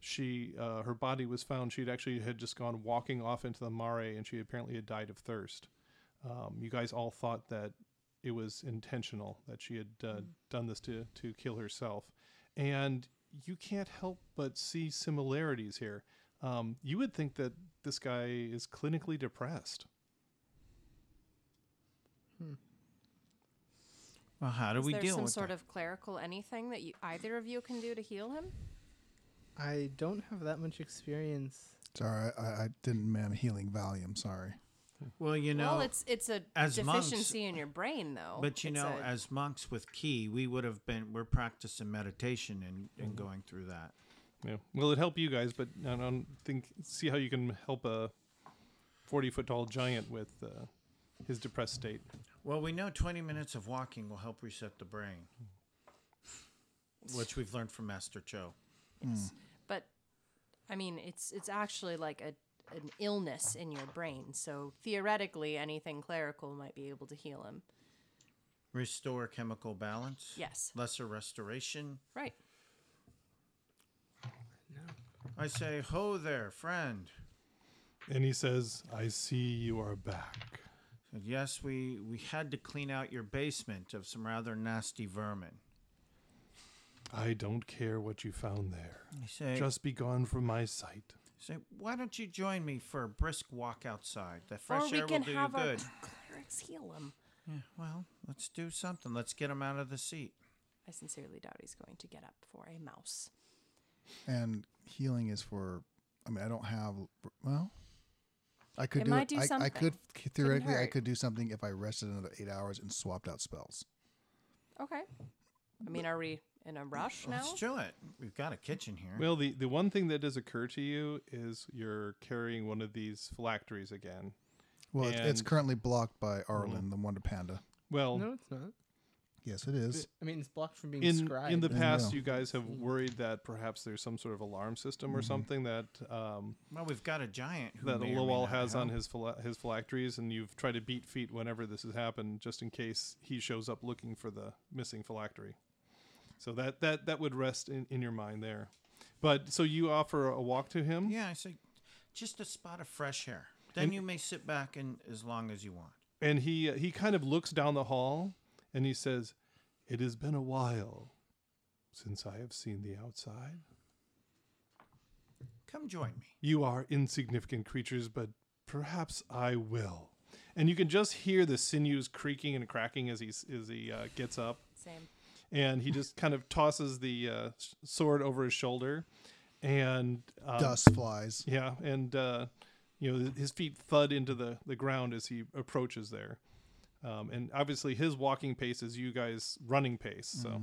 B: she uh, her body was found. She'd actually had just gone walking off into the mare, and she apparently had died of thirst. Um, you guys all thought that it was intentional that she had uh, done this to to kill herself, and you can't help but see similarities here. Um, you would think that this guy is clinically depressed.
E: Well, how do
A: Is
E: we
A: there
E: deal
A: some
E: with
A: sort
E: that?
A: of clerical anything that you, either of you can do to heal him?
D: I don't have that much experience.
C: Sorry, I, I didn't man healing Valium. Sorry.
E: Well, you know,
A: well, it's it's a
E: as monks-
A: deficiency in your brain, though.
E: but you
A: It's
E: know,
A: a-
E: as monks with key, we would have been, we're practicing meditation and, and going through that.
B: Yeah. Well, it help you guys, but I don't think see how you can help a forty foot tall giant with uh, his depressed state.
E: Well, we know 20 minutes of walking will help reset the brain, which we've learned from Master Cho.
A: Yes. But I mean, it's it's actually like a an illness in your brain. So theoretically, anything clerical might be able to heal him.
E: Restore chemical balance.
A: Yes.
E: Lesser restoration.
A: Right.
E: I say, ho there, friend.
B: And he says, I see you are back.
E: And yes, we, we had to clean out your basement of some rather nasty vermin.
B: I don't care what you found there.
E: I say,
B: Just be gone from my sight.
E: Say, why don't you join me for a brisk walk outside? The
A: Or
E: fresh
A: we
E: air will
A: can
E: do you
A: have our <laughs>
E: good.
A: clerics heal him.
E: Yeah, well, let's do something. Let's get him out of the seat.
A: I sincerely doubt he's going to get up for a mouse.
C: And healing is for. I mean, I don't have. Well, I could
A: It
C: do.
A: might
C: it.
A: do
C: I, I
A: something.
C: could theoretically. I
A: hurt.
C: could do something if I rested another eight hours and swapped out spells.
A: Okay. I mean, are we in a rush now?
E: Let's do it. We've got a kitchen here.
B: Well, the, the one thing that does occur to you is you're carrying one of these phylacteries again.
C: Well, it's, it's
B: And- Mm.
C: currently blocked by Arlen, the Wonder Panda.
B: Well,
D: No, it's not.
C: Yes, it is.
D: I mean, it's blocked from being
B: in
D: scribed.
B: in the
C: Yeah.
B: past, you guys have worried that perhaps there's some sort of alarm system or something that um,
E: Well, we've got a giant who
B: that
E: may or may
B: Lowell
E: not
B: has on
E: help.
B: his phyla- his phylacteries, and you've tried to beat feet whenever this has happened, just in case he shows up looking for the missing phylactery. So that that that would rest in, in your mind there. But so you offer a walk to him.
E: Yeah, I say, just a spot of fresh air. Then you may sit back and as long as you want.
B: and he he kind of looks down the hall and he says it has been a while since i have seen the outside
E: Come join me.
B: you are insignificant creatures but perhaps i will and you can just hear the sinews creaking and cracking as he as he uh, gets up
A: Same.
B: and he just kind of tosses the uh, s- sword over his shoulder and um,
C: Dust flies.
B: yeah and uh, you know his feet thud into the, the ground as he approaches there um, and obviously his walking pace is you guys running pace so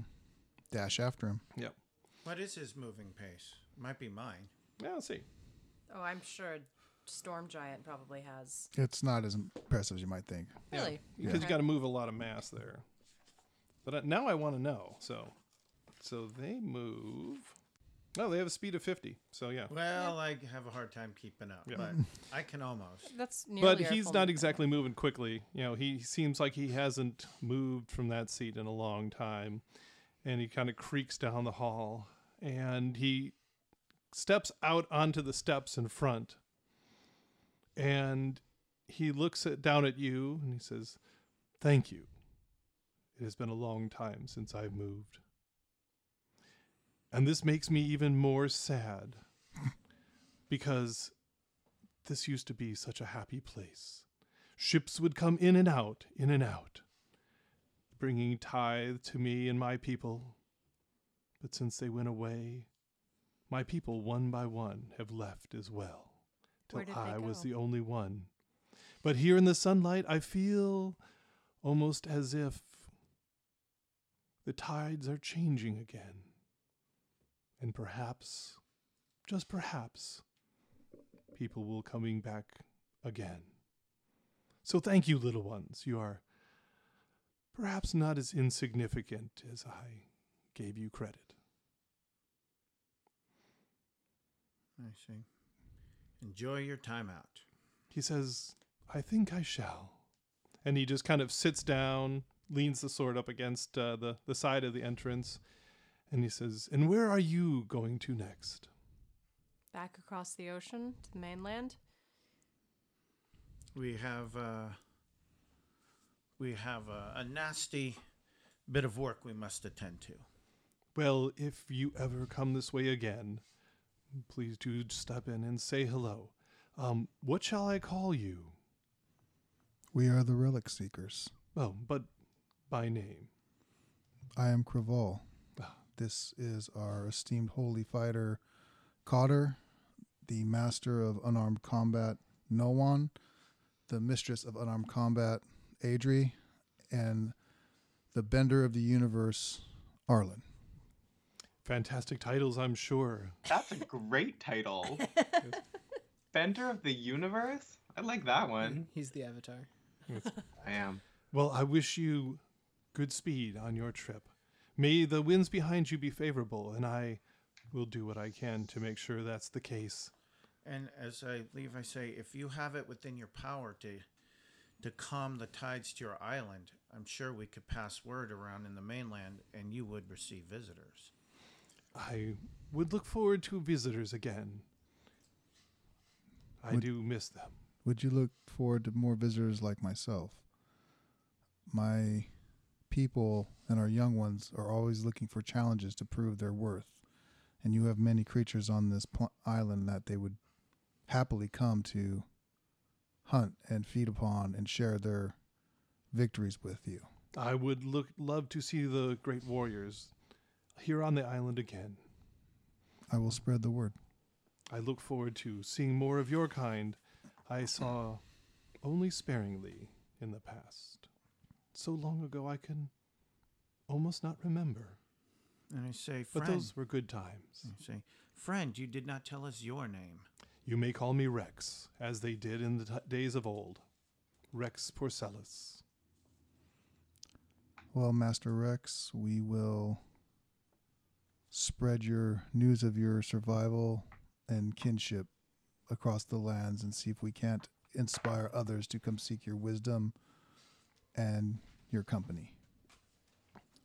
C: Dash after him.
B: yep
E: What is his moving pace? Might be mine.
B: yeah let's see
A: Oh, I'm sure Storm Giant probably has.
C: It's not as impressive as you might think.
A: Really?
B: because you got to move a lot of mass there but uh, now i want to know so so they move no they have a speed of 50 so yeah
E: Well, I have a hard time keeping up,
B: Yeah.
E: but I can almost.
A: That's nearly
B: but
A: our
B: he's
A: full
B: not
A: movement.
B: exactly moving quickly. You know, he seems like he hasn't moved from that seat in a long time. And he kind of creaks down the hall and he steps out onto the steps in front. And he looks at, down at you and he says, Thank you. It has been a long time since I've moved. And this makes me even more sad because this used to be such a happy place. Ships would come in and out, in and out, bringing tithe to me and my people. But since they went away, my people, one by one, have left as well, till
A: Where did they
B: I was
A: go?
B: the only one. But here in the sunlight, I feel almost as if the tides are changing again. And perhaps, just perhaps, people will coming back again. So thank you, little ones. You are perhaps not as insignificant as I gave you credit.
E: I see. Enjoy your time out.
B: He says, I think I shall. And he just kind of sits down, leans the sword up against uh, the, the side of the entrance, and he says, And where are you going to next?
A: Back across the ocean to the mainland.
E: We have uh, we have uh, a, a nasty bit of work we must attend to.
B: Well, if you ever come this way again, please do step in and say hello. Um, what shall I call you?
C: We are the relic seekers.
B: Oh, but by name.
C: I am Krivol. This is our esteemed holy fighter, Cotter, the master of unarmed combat, Noan, the mistress of unarmed combat, Adri, and the bender of the universe, Arlen.
B: Fantastic titles, I'm sure.
F: That's a great
A: <laughs>
F: title. Bender of the Universe? I like that one.
D: He's the avatar.
B: Mm-hmm.
F: I am.
B: Well, I wish you good speed on your trip. May the winds behind you be favorable, and I will do what I can to make sure that's the case.
E: And as I leave, I say, if you have it within your power to to calm the tides to your island, I'm sure we could pass word around in the mainland, and you would receive visitors.
B: I would look forward to visitors again. I
C: Would-
B: do miss them.
C: Would you look forward to more visitors like myself? My people and our young ones are always looking for challenges to prove their worth, and you have many creatures on this pl- island that they would happily come to hunt and feed upon and share their victories with you.
B: I would look love to see the great warriors here on the island again.
C: I will spread the word.
B: I look forward to seeing more of your kind. I saw only sparingly in the past. So long ago I can almost not remember.
E: And I say,
B: But
E: friend, Hmm.
B: those were good times.
E: I say, friend, you did not tell us your name.
B: You may call me Rex, as they did in the t- days of old. Rex Porcellus.
C: Well, Master Rex, we will spread your news of your survival and kinship across the lands and see if we can't inspire others to come seek your wisdom and your company.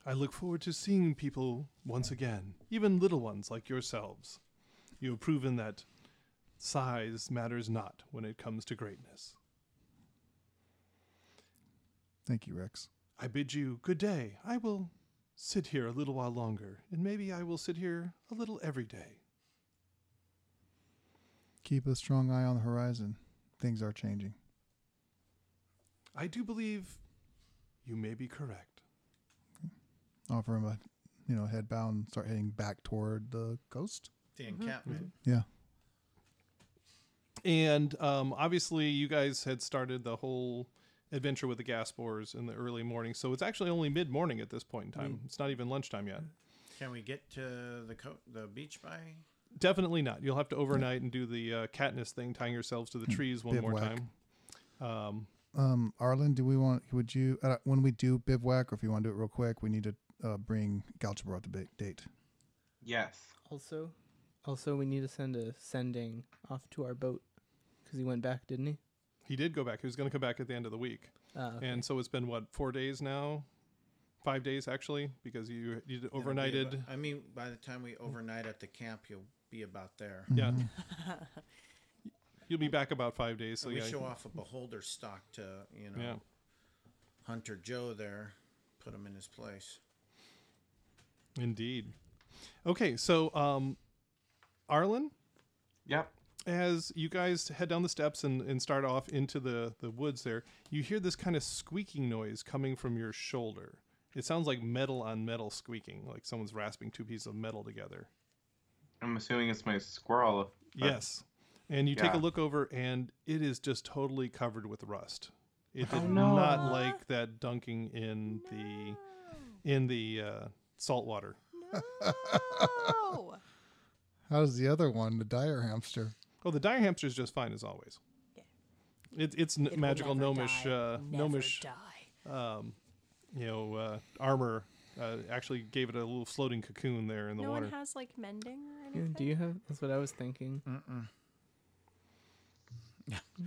B: I look forward to seeing people once again, even little ones like yourselves. You have proven that size matters not when it comes to greatness.
C: Thank you, Rex.
B: I bid you good day. I will sit here a little while longer, and maybe I will sit here a little every day.
C: Keep a strong eye on the horizon. Things are changing.
B: I do believe you may be correct.
C: Offer him a, you know, head bow and start heading back toward the coast.
E: The
B: Mm-hmm.
E: encampment.
C: Yeah.
B: And um, obviously, you guys had started the whole adventure with the gas borers in the early morning, so it's actually only mid morning at this point in time. It's not even lunchtime yet.
E: Can we get to the co- the beach by?
B: Definitely not. You'll have to overnight and do the uh, Katniss thing, tying yourselves to the trees one more
C: Bivouac.
B: time. Um,
C: Um, Arlen, do we want? Would you? Uh, when we do bivouac, or if you want to do it real quick, we need to uh, bring Galchabar up to ba- date.
F: Yes.
D: Also, also we need to send a sending off to our boat because he went back, didn't he?
B: he did go back. He was going to come back at the end of the week.
D: Uh,
B: And so it's been what four days now, five days actually, because you you did
E: It'll be
B: overnighted.
E: about- I mean, by the time we overnight at the camp, you'll be about there.
B: Yeah, you'll be back about five days. So
E: we
B: yeah,
E: show
B: <laughs>
E: off a beholder stock to you know
B: yeah.
E: Hunter Joe there, put him in his place.
B: Indeed. Okay, so um, Arlen,
F: Yep.
B: as you guys head down the steps and, and start off into the, the woods there, you hear this kind of squeaking noise coming from your shoulder. It sounds like metal on metal squeaking, like someone's rasping two pieces of metal together.
F: I'm assuming it's my squirrel. but-
B: Yes. And you take a
F: Yeah.
B: look over, and it is just totally covered with rust. It did
F: no.
B: not like that dunking in the in the uh, salt water. <laughs>
A: No.
C: How's the other one, the dire hamster?
B: Oh, the dire hamster is just fine as always. It, it's n-
A: It will
B: magical
A: never
B: gnomish,
A: die,
B: uh,
A: never
B: gnomish,
A: Die.
B: you know, uh, armor. Uh, actually, gave it a little floating cocoon there in the
A: No
B: water.
A: one has like mending or
D: yeah,
A: anything.
D: do you have? That's what I was thinking. Mm-mm.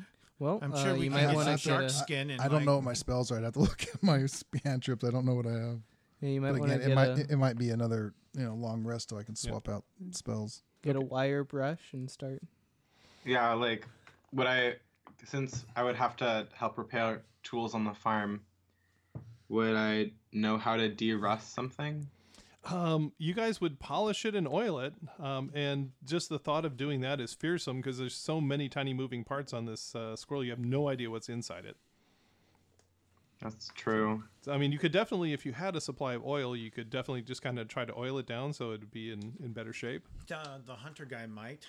E: <laughs>
D: Well,
E: I'm
D: uh,
E: sure
D: you
E: we can
D: might
E: get
D: want to
E: some
C: wanna
D: get
E: shark
D: a,
E: skin. And
C: I don't
E: like-
C: know what my spells are. I'd have to <laughs> look at my hand trips. I don't know what I have.
D: yeah, you might
C: But
D: want to
C: again,
D: get,
C: it might
D: a,
C: it might be another you know long rest, so I can swap out spells.
D: get a wire brush and start.
F: Yeah, like would I since I would have to help repair tools on the farm, would I know how to de-rust something?
B: Um, you guys would polish it and oil it, um, and just the thought of doing that is fearsome because there's so many tiny moving parts on this uh, squirrel. You have no idea what's inside it.
F: That's true.
B: So, I mean, you could definitely, if you had a supply of oil, you could definitely just kind of try to oil it down so it'd be in, in better shape.
E: Uh, the hunter guy might.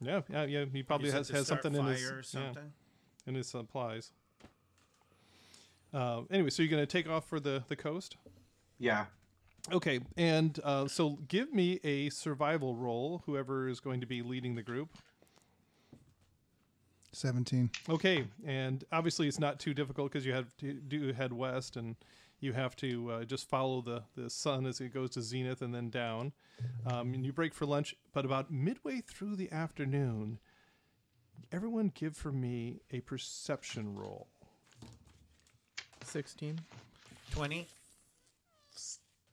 B: Yeah, yeah, yeah. He
E: He
B: probably
E: said
B: has,
E: to
B: has
E: start
B: something in
E: fire
B: his
E: or
B: yeah,
E: something.
B: in his supplies. Uh, anyway, so you're gonna take off for the the coast.
F: Yeah.
B: Okay, and uh, so give me a survival roll. Whoever is going to be leading the group.
C: Seventeen.
B: Okay, and obviously it's not too difficult because you have to do head west and you have to uh, just follow the, the sun as it goes to zenith and then down. Um, and you break for lunch, but about midway through the afternoon, everyone give for me a perception roll.
D: Sixteen.
E: Twenty.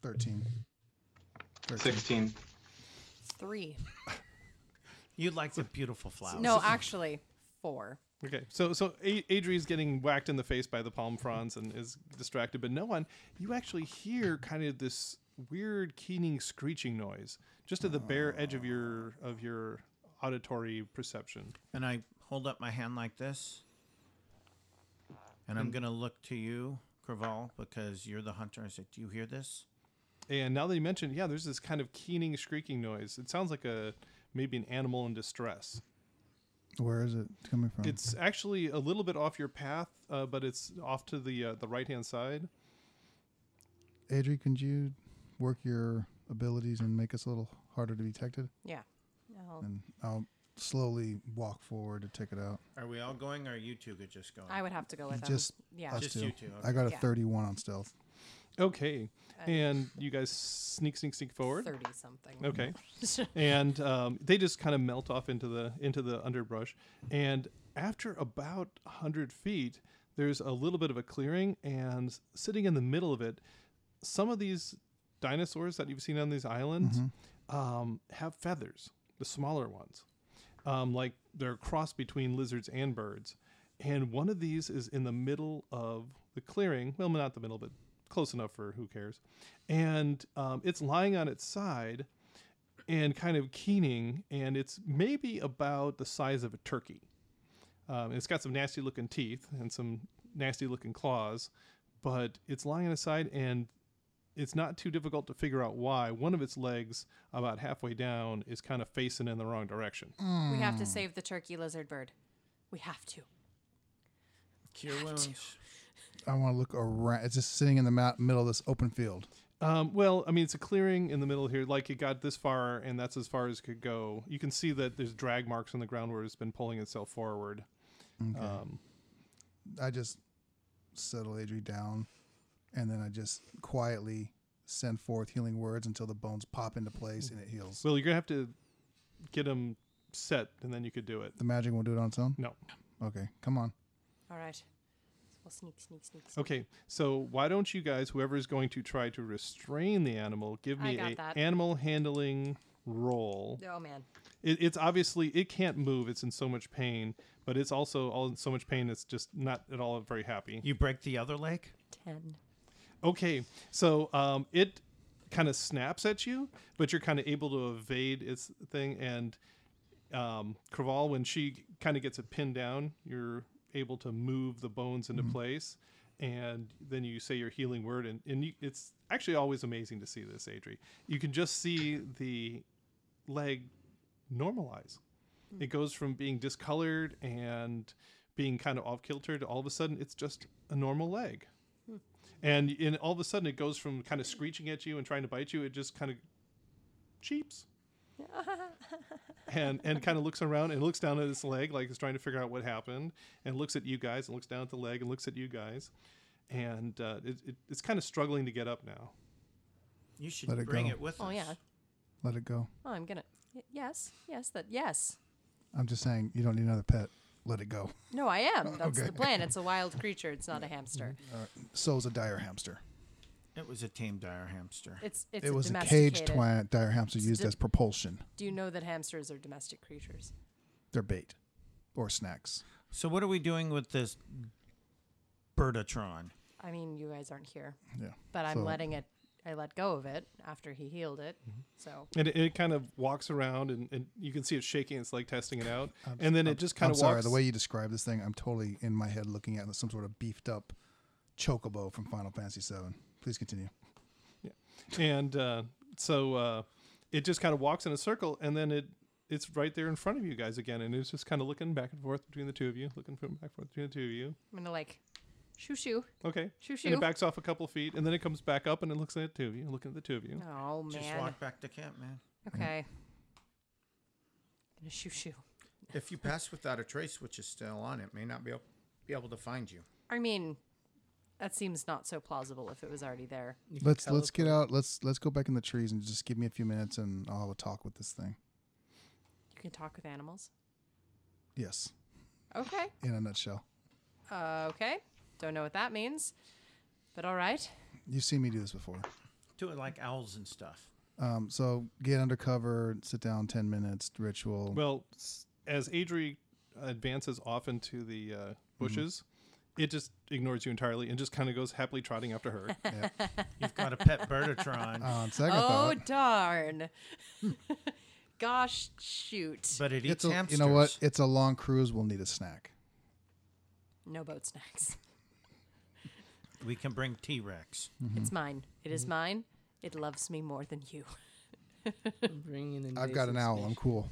C: 13. 13.
F: Sixteen.
B: <laughs>
A: Three.
E: You like the beautiful flowers.
A: No, actually, four.
B: Okay, so so a- Adri's getting whacked in the face by the palm fronds and is distracted, but no one. You actually hear kind of this weird keening screeching noise just at the bare edge of your of your auditory perception.
E: And I hold up my hand like this, and
B: Mm.
E: I'm gonna look to you, Craval, because you're the hunter. I said, "Do you hear this?"
B: And now that you mentioned, yeah, there's this kind of keening, shrieking noise. It sounds like a maybe an animal in distress.
C: Where is it coming from?
B: It's actually a little bit off your path, uh, but it's off to the uh, the right hand side.
C: Adri, can you work your abilities and make us a little harder to be detected?
A: Yeah. I'll-
C: And I'll slowly walk forward to take it out.
E: Are we all going, or are you two could just go?
A: I would have to go with them.
C: Just
A: yeah.
C: us
E: Just
C: two.
E: you two,
C: I got a
A: Yeah.
C: 31 on stealth.
B: Okay, and you guys sneak, sneak, sneak forward.
A: Thirty something.
B: Okay. and um, they just kind of melt off into the into the underbrush. And after about hundred feet, there's a little bit of a clearing, and sitting in the middle of it, some of these dinosaurs that you've seen on these islands um, have feathers, the smaller ones, um, like they're a cross between lizards and birds. And one of these is in the middle of the clearing. Well, not the middle, but close enough for who cares. And um, it's lying on its side and kind of keening, and it's maybe about the size of a turkey. Um, it's got some nasty looking teeth and some nasty looking claws, but it's lying on its side, and it's not too difficult to figure out why. One of its legs, about halfway down, is kind of facing in the wrong direction.
A: We have
C: Hmm.
A: to save the turkey lizard bird. We have to.
E: Cure wounds.
C: I want to look around. It's just sitting in the ma- middle of this open field.
B: Um, well, I mean, it's a clearing in the middle here. Like it got this far, and that's as far as it could go. You can see that there's drag marks on the ground where it's been pulling itself forward. Um,
C: I just settle Adri down, and then I just quietly send forth healing words until the bones pop into place and it heals.
B: well, you're gonna have to get them set, and then you could do it.
C: the magic won't do it on its own.
B: No.
C: Okay, come on.
A: All right. We'll sneak, sneak, sneak. sneak.
B: Okay. So why don't you guys, whoever is going to try to restrain the animal, give
A: I
B: me
A: got
B: a
A: that.
B: animal handling roll.
A: Oh man.
B: It, it's obviously it can't move. It's in so much pain, but it's also all in so much pain. It's just not at all very happy.
E: You break the other leg.
A: Ten.
B: Okay, so um, it kind of snaps at you, but you're kind of able to evade its thing. And um, Craval, when she kind of gets it pinned down, you're able to move the bones into place. And then you say your healing word, and, and you, it's actually always amazing to see this, Adri. You can just see the leg normalize. It goes from being discolored and being kind of off kilter to all of a sudden it's just a normal leg and in all of a sudden it goes from kind of screeching at you and trying to bite you it just kind of cheeps and and kind of looks around and looks down at its leg like it's trying to figure out what happened and looks at you guys and looks down at the leg and looks at you guys and uh, it, it, it's kind of struggling to get up now
E: You should
C: Let it
E: bring
C: go.
E: it with
A: Oh,
E: us.
A: yeah.
C: Let it go.
A: Oh, I'm gonna. y- Yes. Yes. That. Yes.
C: I'm just saying, you don't need another pet. Let it go.
A: No, I
C: <laughs>
A: am. That's
C: Okay. Mm-hmm.
A: the plan. It's a wild creature. It's not a hamster.
C: So's a dire hamster.
E: It was a tame dire hamster.
A: It's it's
C: it
A: a
C: was a
A: domesticated.
C: cage twi- dire hamster used
A: di-
C: as propulsion.
A: Do you know that hamsters are domestic creatures?
C: They're bait or snacks.
E: So what are we doing with this Birdatron?
A: I mean, you guys aren't here,
C: Yeah.
A: but I'm
C: So- Mm-hmm.
A: letting it. I let go of it after he healed it. So
B: and it, it kind of walks around and, and you can see it shaking its leg testing it out and then it just kind
C: I'm
B: of
C: sorry.
B: walks
C: The way you describe this thing, I'm totally in my head looking at some sort of beefed up chocobo from Final Fantasy VII. Please continue.
B: and uh, so uh, it just kind of walks in a circle and then it it's right there in front of you guys again and it's just kind of looking back and forth between the two of you looking from back and forth between the two of you
A: I'm gonna like, shoo shoo.
B: okay
A: Shoo,
B: and
A: shoo.
B: it backs off a couple feet and then it comes back up and it looks at the two of you looking at the two of you
A: Oh
E: Just
A: man.
E: walk back to camp, man.
A: Okay.
C: Mm-hmm.
A: Gonna shoo shoo.
E: If you pass without a trace, which is still on, it may not be able, be able to find you.
A: I mean, that seems not so plausible if it was already there.
D: You can
C: Let's let's get
D: teleport.
C: out. Let's let's go back in the trees and just give me a few minutes and I'll have a talk with this thing.
A: You can talk with animals.
C: Yes,
A: Okay.
C: in a nutshell.
A: Uh, okay. Don't know what that means, but all right.
C: You've seen me do this before.
E: Do it like owls and stuff.
C: Um, so get undercover, sit down, ten minutes ritual.
B: well s- as adri advances off into the uh, bushes it just ignores you entirely and just kind of goes happily trotting after her <laughs>
E: <laughs> You've got a pet Birdatron.
C: on second
A: Oh
C: thought,
A: darn. <laughs> gosh, shoot.
E: But it eats
C: It's a, you
E: hamsters.
C: know what? It's a long cruise. We'll need a snack.
A: no boat snacks.
E: We can bring T Rex.
C: Mm-hmm.
A: It's mine. It is mine. It loves me more than you.
D: Bring in
C: I've got
D: invasive
C: an owl.
D: species.
C: I'm cool.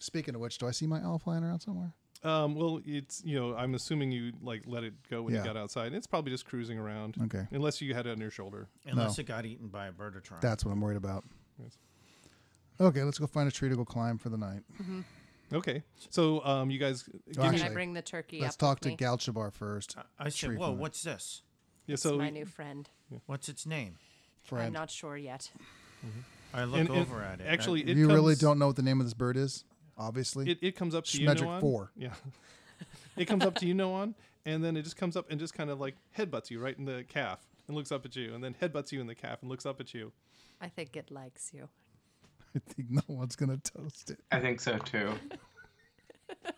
C: Speaking of which, do I see my owl flying around somewhere?
B: Um, well, it's you know, I'm assuming you like let it go when you
C: Yeah. Mm.
B: got outside. It's probably just cruising around.
C: Okay.
B: Unless you had it on your shoulder.
E: Unless it got eaten by a bird of trial.
C: That's what I'm worried about.
B: Yes.
C: Okay, let's go find a tree to go climb for the night.
B: Okay. So um, you guys give
A: Can I
B: me,
C: Oh, Actually,
A: bring the turkey
C: Let's
A: up
C: talk
A: with
C: to
A: me?
C: Galchabar first.
E: I said,
C: Tree
E: Whoa,
C: from it.
E: what's this?
B: yeah, so
A: my new friend.
E: What's its name?
A: I'm
C: Friend,
A: not sure yet.
E: I look
B: and- and
E: over at it. I-
B: Actually it
C: you really
B: comes-
C: don't know what the name of this bird is, obviously.
B: it, it comes up to you
C: Schmedrick
B: Noan.
C: four.
B: Yeah. it comes up to you Noan, and then it just comes up and just kind of like headbutts you right in the calf and looks up at you and then headbutts you in the calf and looks up at you.
A: I think it likes you. <laughs>
C: I think no one's gonna toast it
F: I think so too.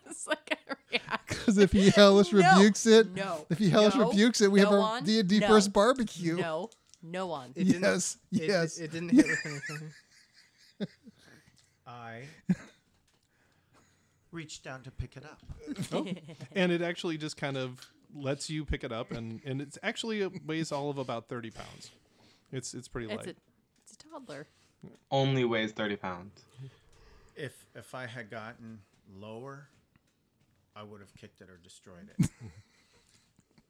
A: It's like a reaction.
C: because if
A: <laughs>
C: he hellish
A: No.
C: rebukes it,
A: No.
C: if he hellish
A: No.
C: rebukes it, we have
A: No
C: our
A: one.
C: D and D
A: No.
C: first barbecue.
A: No, no one.
D: It didn't-
C: Yes,
D: it-
C: yes. <laughs>
D: It, didn't hit with anything.
B: <laughs>
E: I reached down to pick it up.
B: Oh. and it actually just kind of lets you pick it up and, and it's actually it weighs all of about thirty pounds. It's it's pretty
A: It's a,
B: light.
A: it's a toddler.
F: Only weighs 30 pounds.
E: If if I had gotten lower, I would have kicked it or destroyed
A: <laughs>
E: it.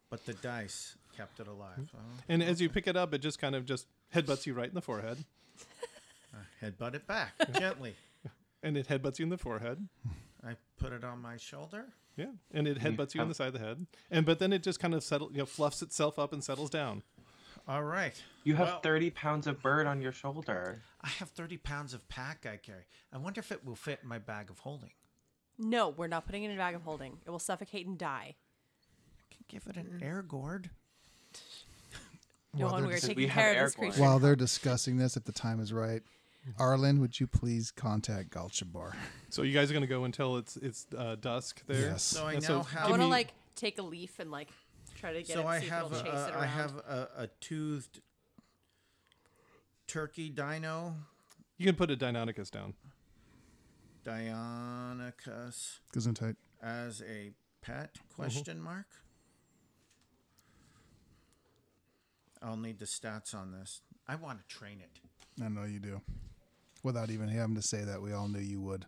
E: but the dice kept it alive.
A: Hmm.
E: Oh,
B: And as you pick it up, it just kind of just headbutts you right in the forehead,
E: headbutt it
A: <laughs>
E: back gently.
B: and it headbutts you in the forehead.
E: I put it on my shoulder.
B: Yeah, and it headbutts you on the side of the head, and but then it just kind of settle, you know, fluffs itself up and settles down.
E: All right.
F: You have
E: Well-
F: 30 pounds of bird on your shoulder.
E: I have 30 pounds of pack I carry. I wonder if it will fit in my bag of holding.
A: No, we're not putting it in a bag of holding. It will suffocate and die.
E: I can give it an
A: Mm.
E: air gourd.
A: No
C: Well,
A: one.
C: they're
A: We're
C: just-
A: taking
F: We have
A: care of this
F: airborne.
A: creature.
C: While they're discussing this, if the time is right,
A: Mm-hmm.
C: Arlen, would you please contact Galchabar?
B: So you guys are gonna go until it's it's uh, dusk there.
C: Yes.
E: So I
B: And so
E: now
B: give
E: have
A: I want to
B: me-
A: like take a leaf and like try to get
E: so
A: it.
E: I
A: see if
E: have
A: it'll
E: a,
A: chase it around.
E: a- I have a, a toothed turkey dino
B: you can put a Deinonychus down.
E: Deinonychus
C: Gesundheit.
E: as a pet
C: Mm-hmm.
E: question mark. I'll need the stats on this. I want to train it.
C: I know you do. Without even having to say that, we all knew you would.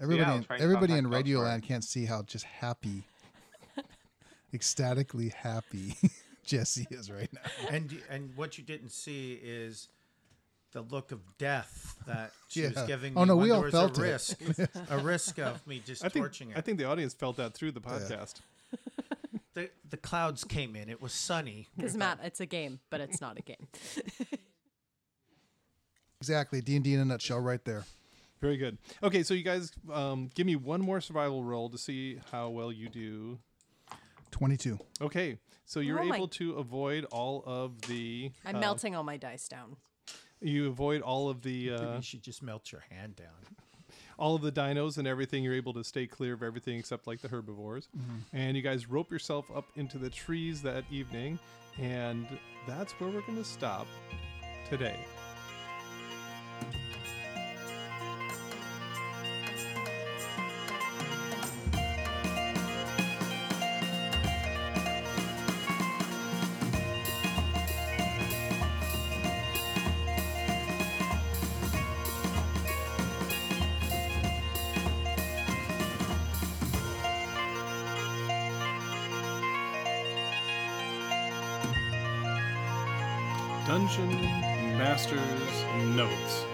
C: Everybody,
F: I'll
C: in-
F: try and
C: everybody in
F: contact Galchabar.
C: Radioland can't see how
A: <laughs>
C: just happy, ecstatically happy <laughs> Jesse is right now.
E: And and what you didn't see is the look of death that she was
C: Yeah.
E: giving me.
C: Oh, no,
E: when
C: we
E: there
C: all
E: was
C: felt it.
E: a
C: <laughs>
E: risk, a risk of me just
B: I think
E: torching it.
B: I think the audience felt that through the podcast.
E: the the clouds came in. It was sunny.
A: Because Matt, it's a game, but it's not a game.
C: Exactly, D and D in a nutshell, right there.
B: Very good. Okay, so you guys um, give me one more survival roll to see how well you do.
C: Twenty-two.
B: Okay, so you're
A: Oh my-
B: able to avoid all of the.
E: <laughs>
A: I'm
E: Oh.
A: melting all my dice down.
B: You avoid all of the
E: Maybe
B: uh,
E: you should just melt your hand down.
B: all of the dinos and everything. You're able to stay clear of everything except like the herbivores. And you guys rope yourself up into the trees that evening, and that's where we're going to stop today. Dungeon Master's Notes.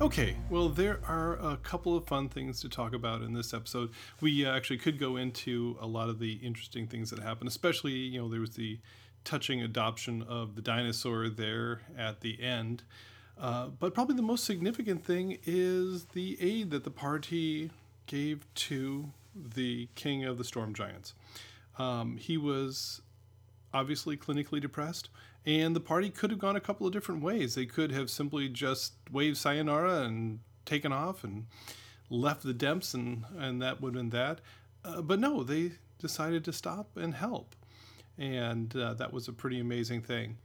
B: Okay, well, there are a couple of fun things to talk about in this episode. We uh, actually could go into a lot of the interesting things that happened, especially, you know, there was the touching adoption of the dinosaur there at the end. Uh, but probably the most significant thing is the aid that the party gave to the king of the storm giants. Um, he was obviously clinically depressed. And the party could have gone a couple of different ways. They could have simply just waved sayonara and taken off and left the Demps, and, and that would have been that. Uh, but no, they decided to stop and help. And uh, that was a pretty amazing thing.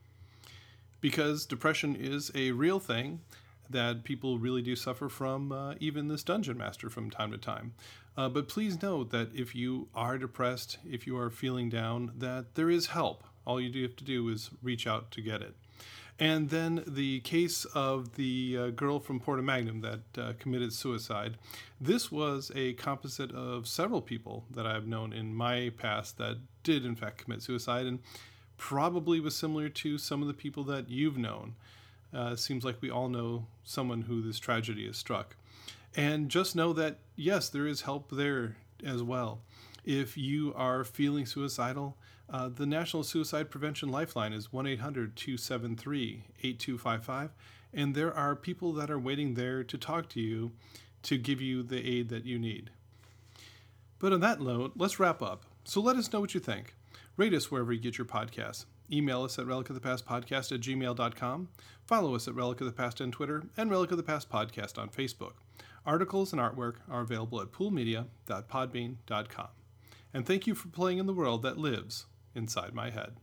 B: because depression is a real thing that people really do suffer from, uh, even this dungeon master from time to time. Uh, but please note that if you are depressed, if you are feeling down, that there is help. All you do have to do is reach out to get it. And then the case of the uh, girl from Porta Magnum that uh, committed suicide. This was a composite of several people that I've known in my past that did, in fact, commit suicide and probably was similar to some of the people that you've known. Uh, seems like we all know someone who this tragedy has struck. And just know that, yes, there is help there as well. If you are feeling suicidal, uh, the National Suicide Prevention Lifeline is 1 800 273 8255. And there are people that are waiting there to talk to you to give you the aid that you need. But on that note, let's wrap up. So let us know what you think. Rate us wherever you get your podcasts. Email us at Relic of the Past Podcast at gmail.com. Follow us at Relic of the Past on Twitter and Relic of the Past Podcast on Facebook. Articles and artwork are available at poolmedia.podbean.com. And thank you for playing in the world that lives inside my head.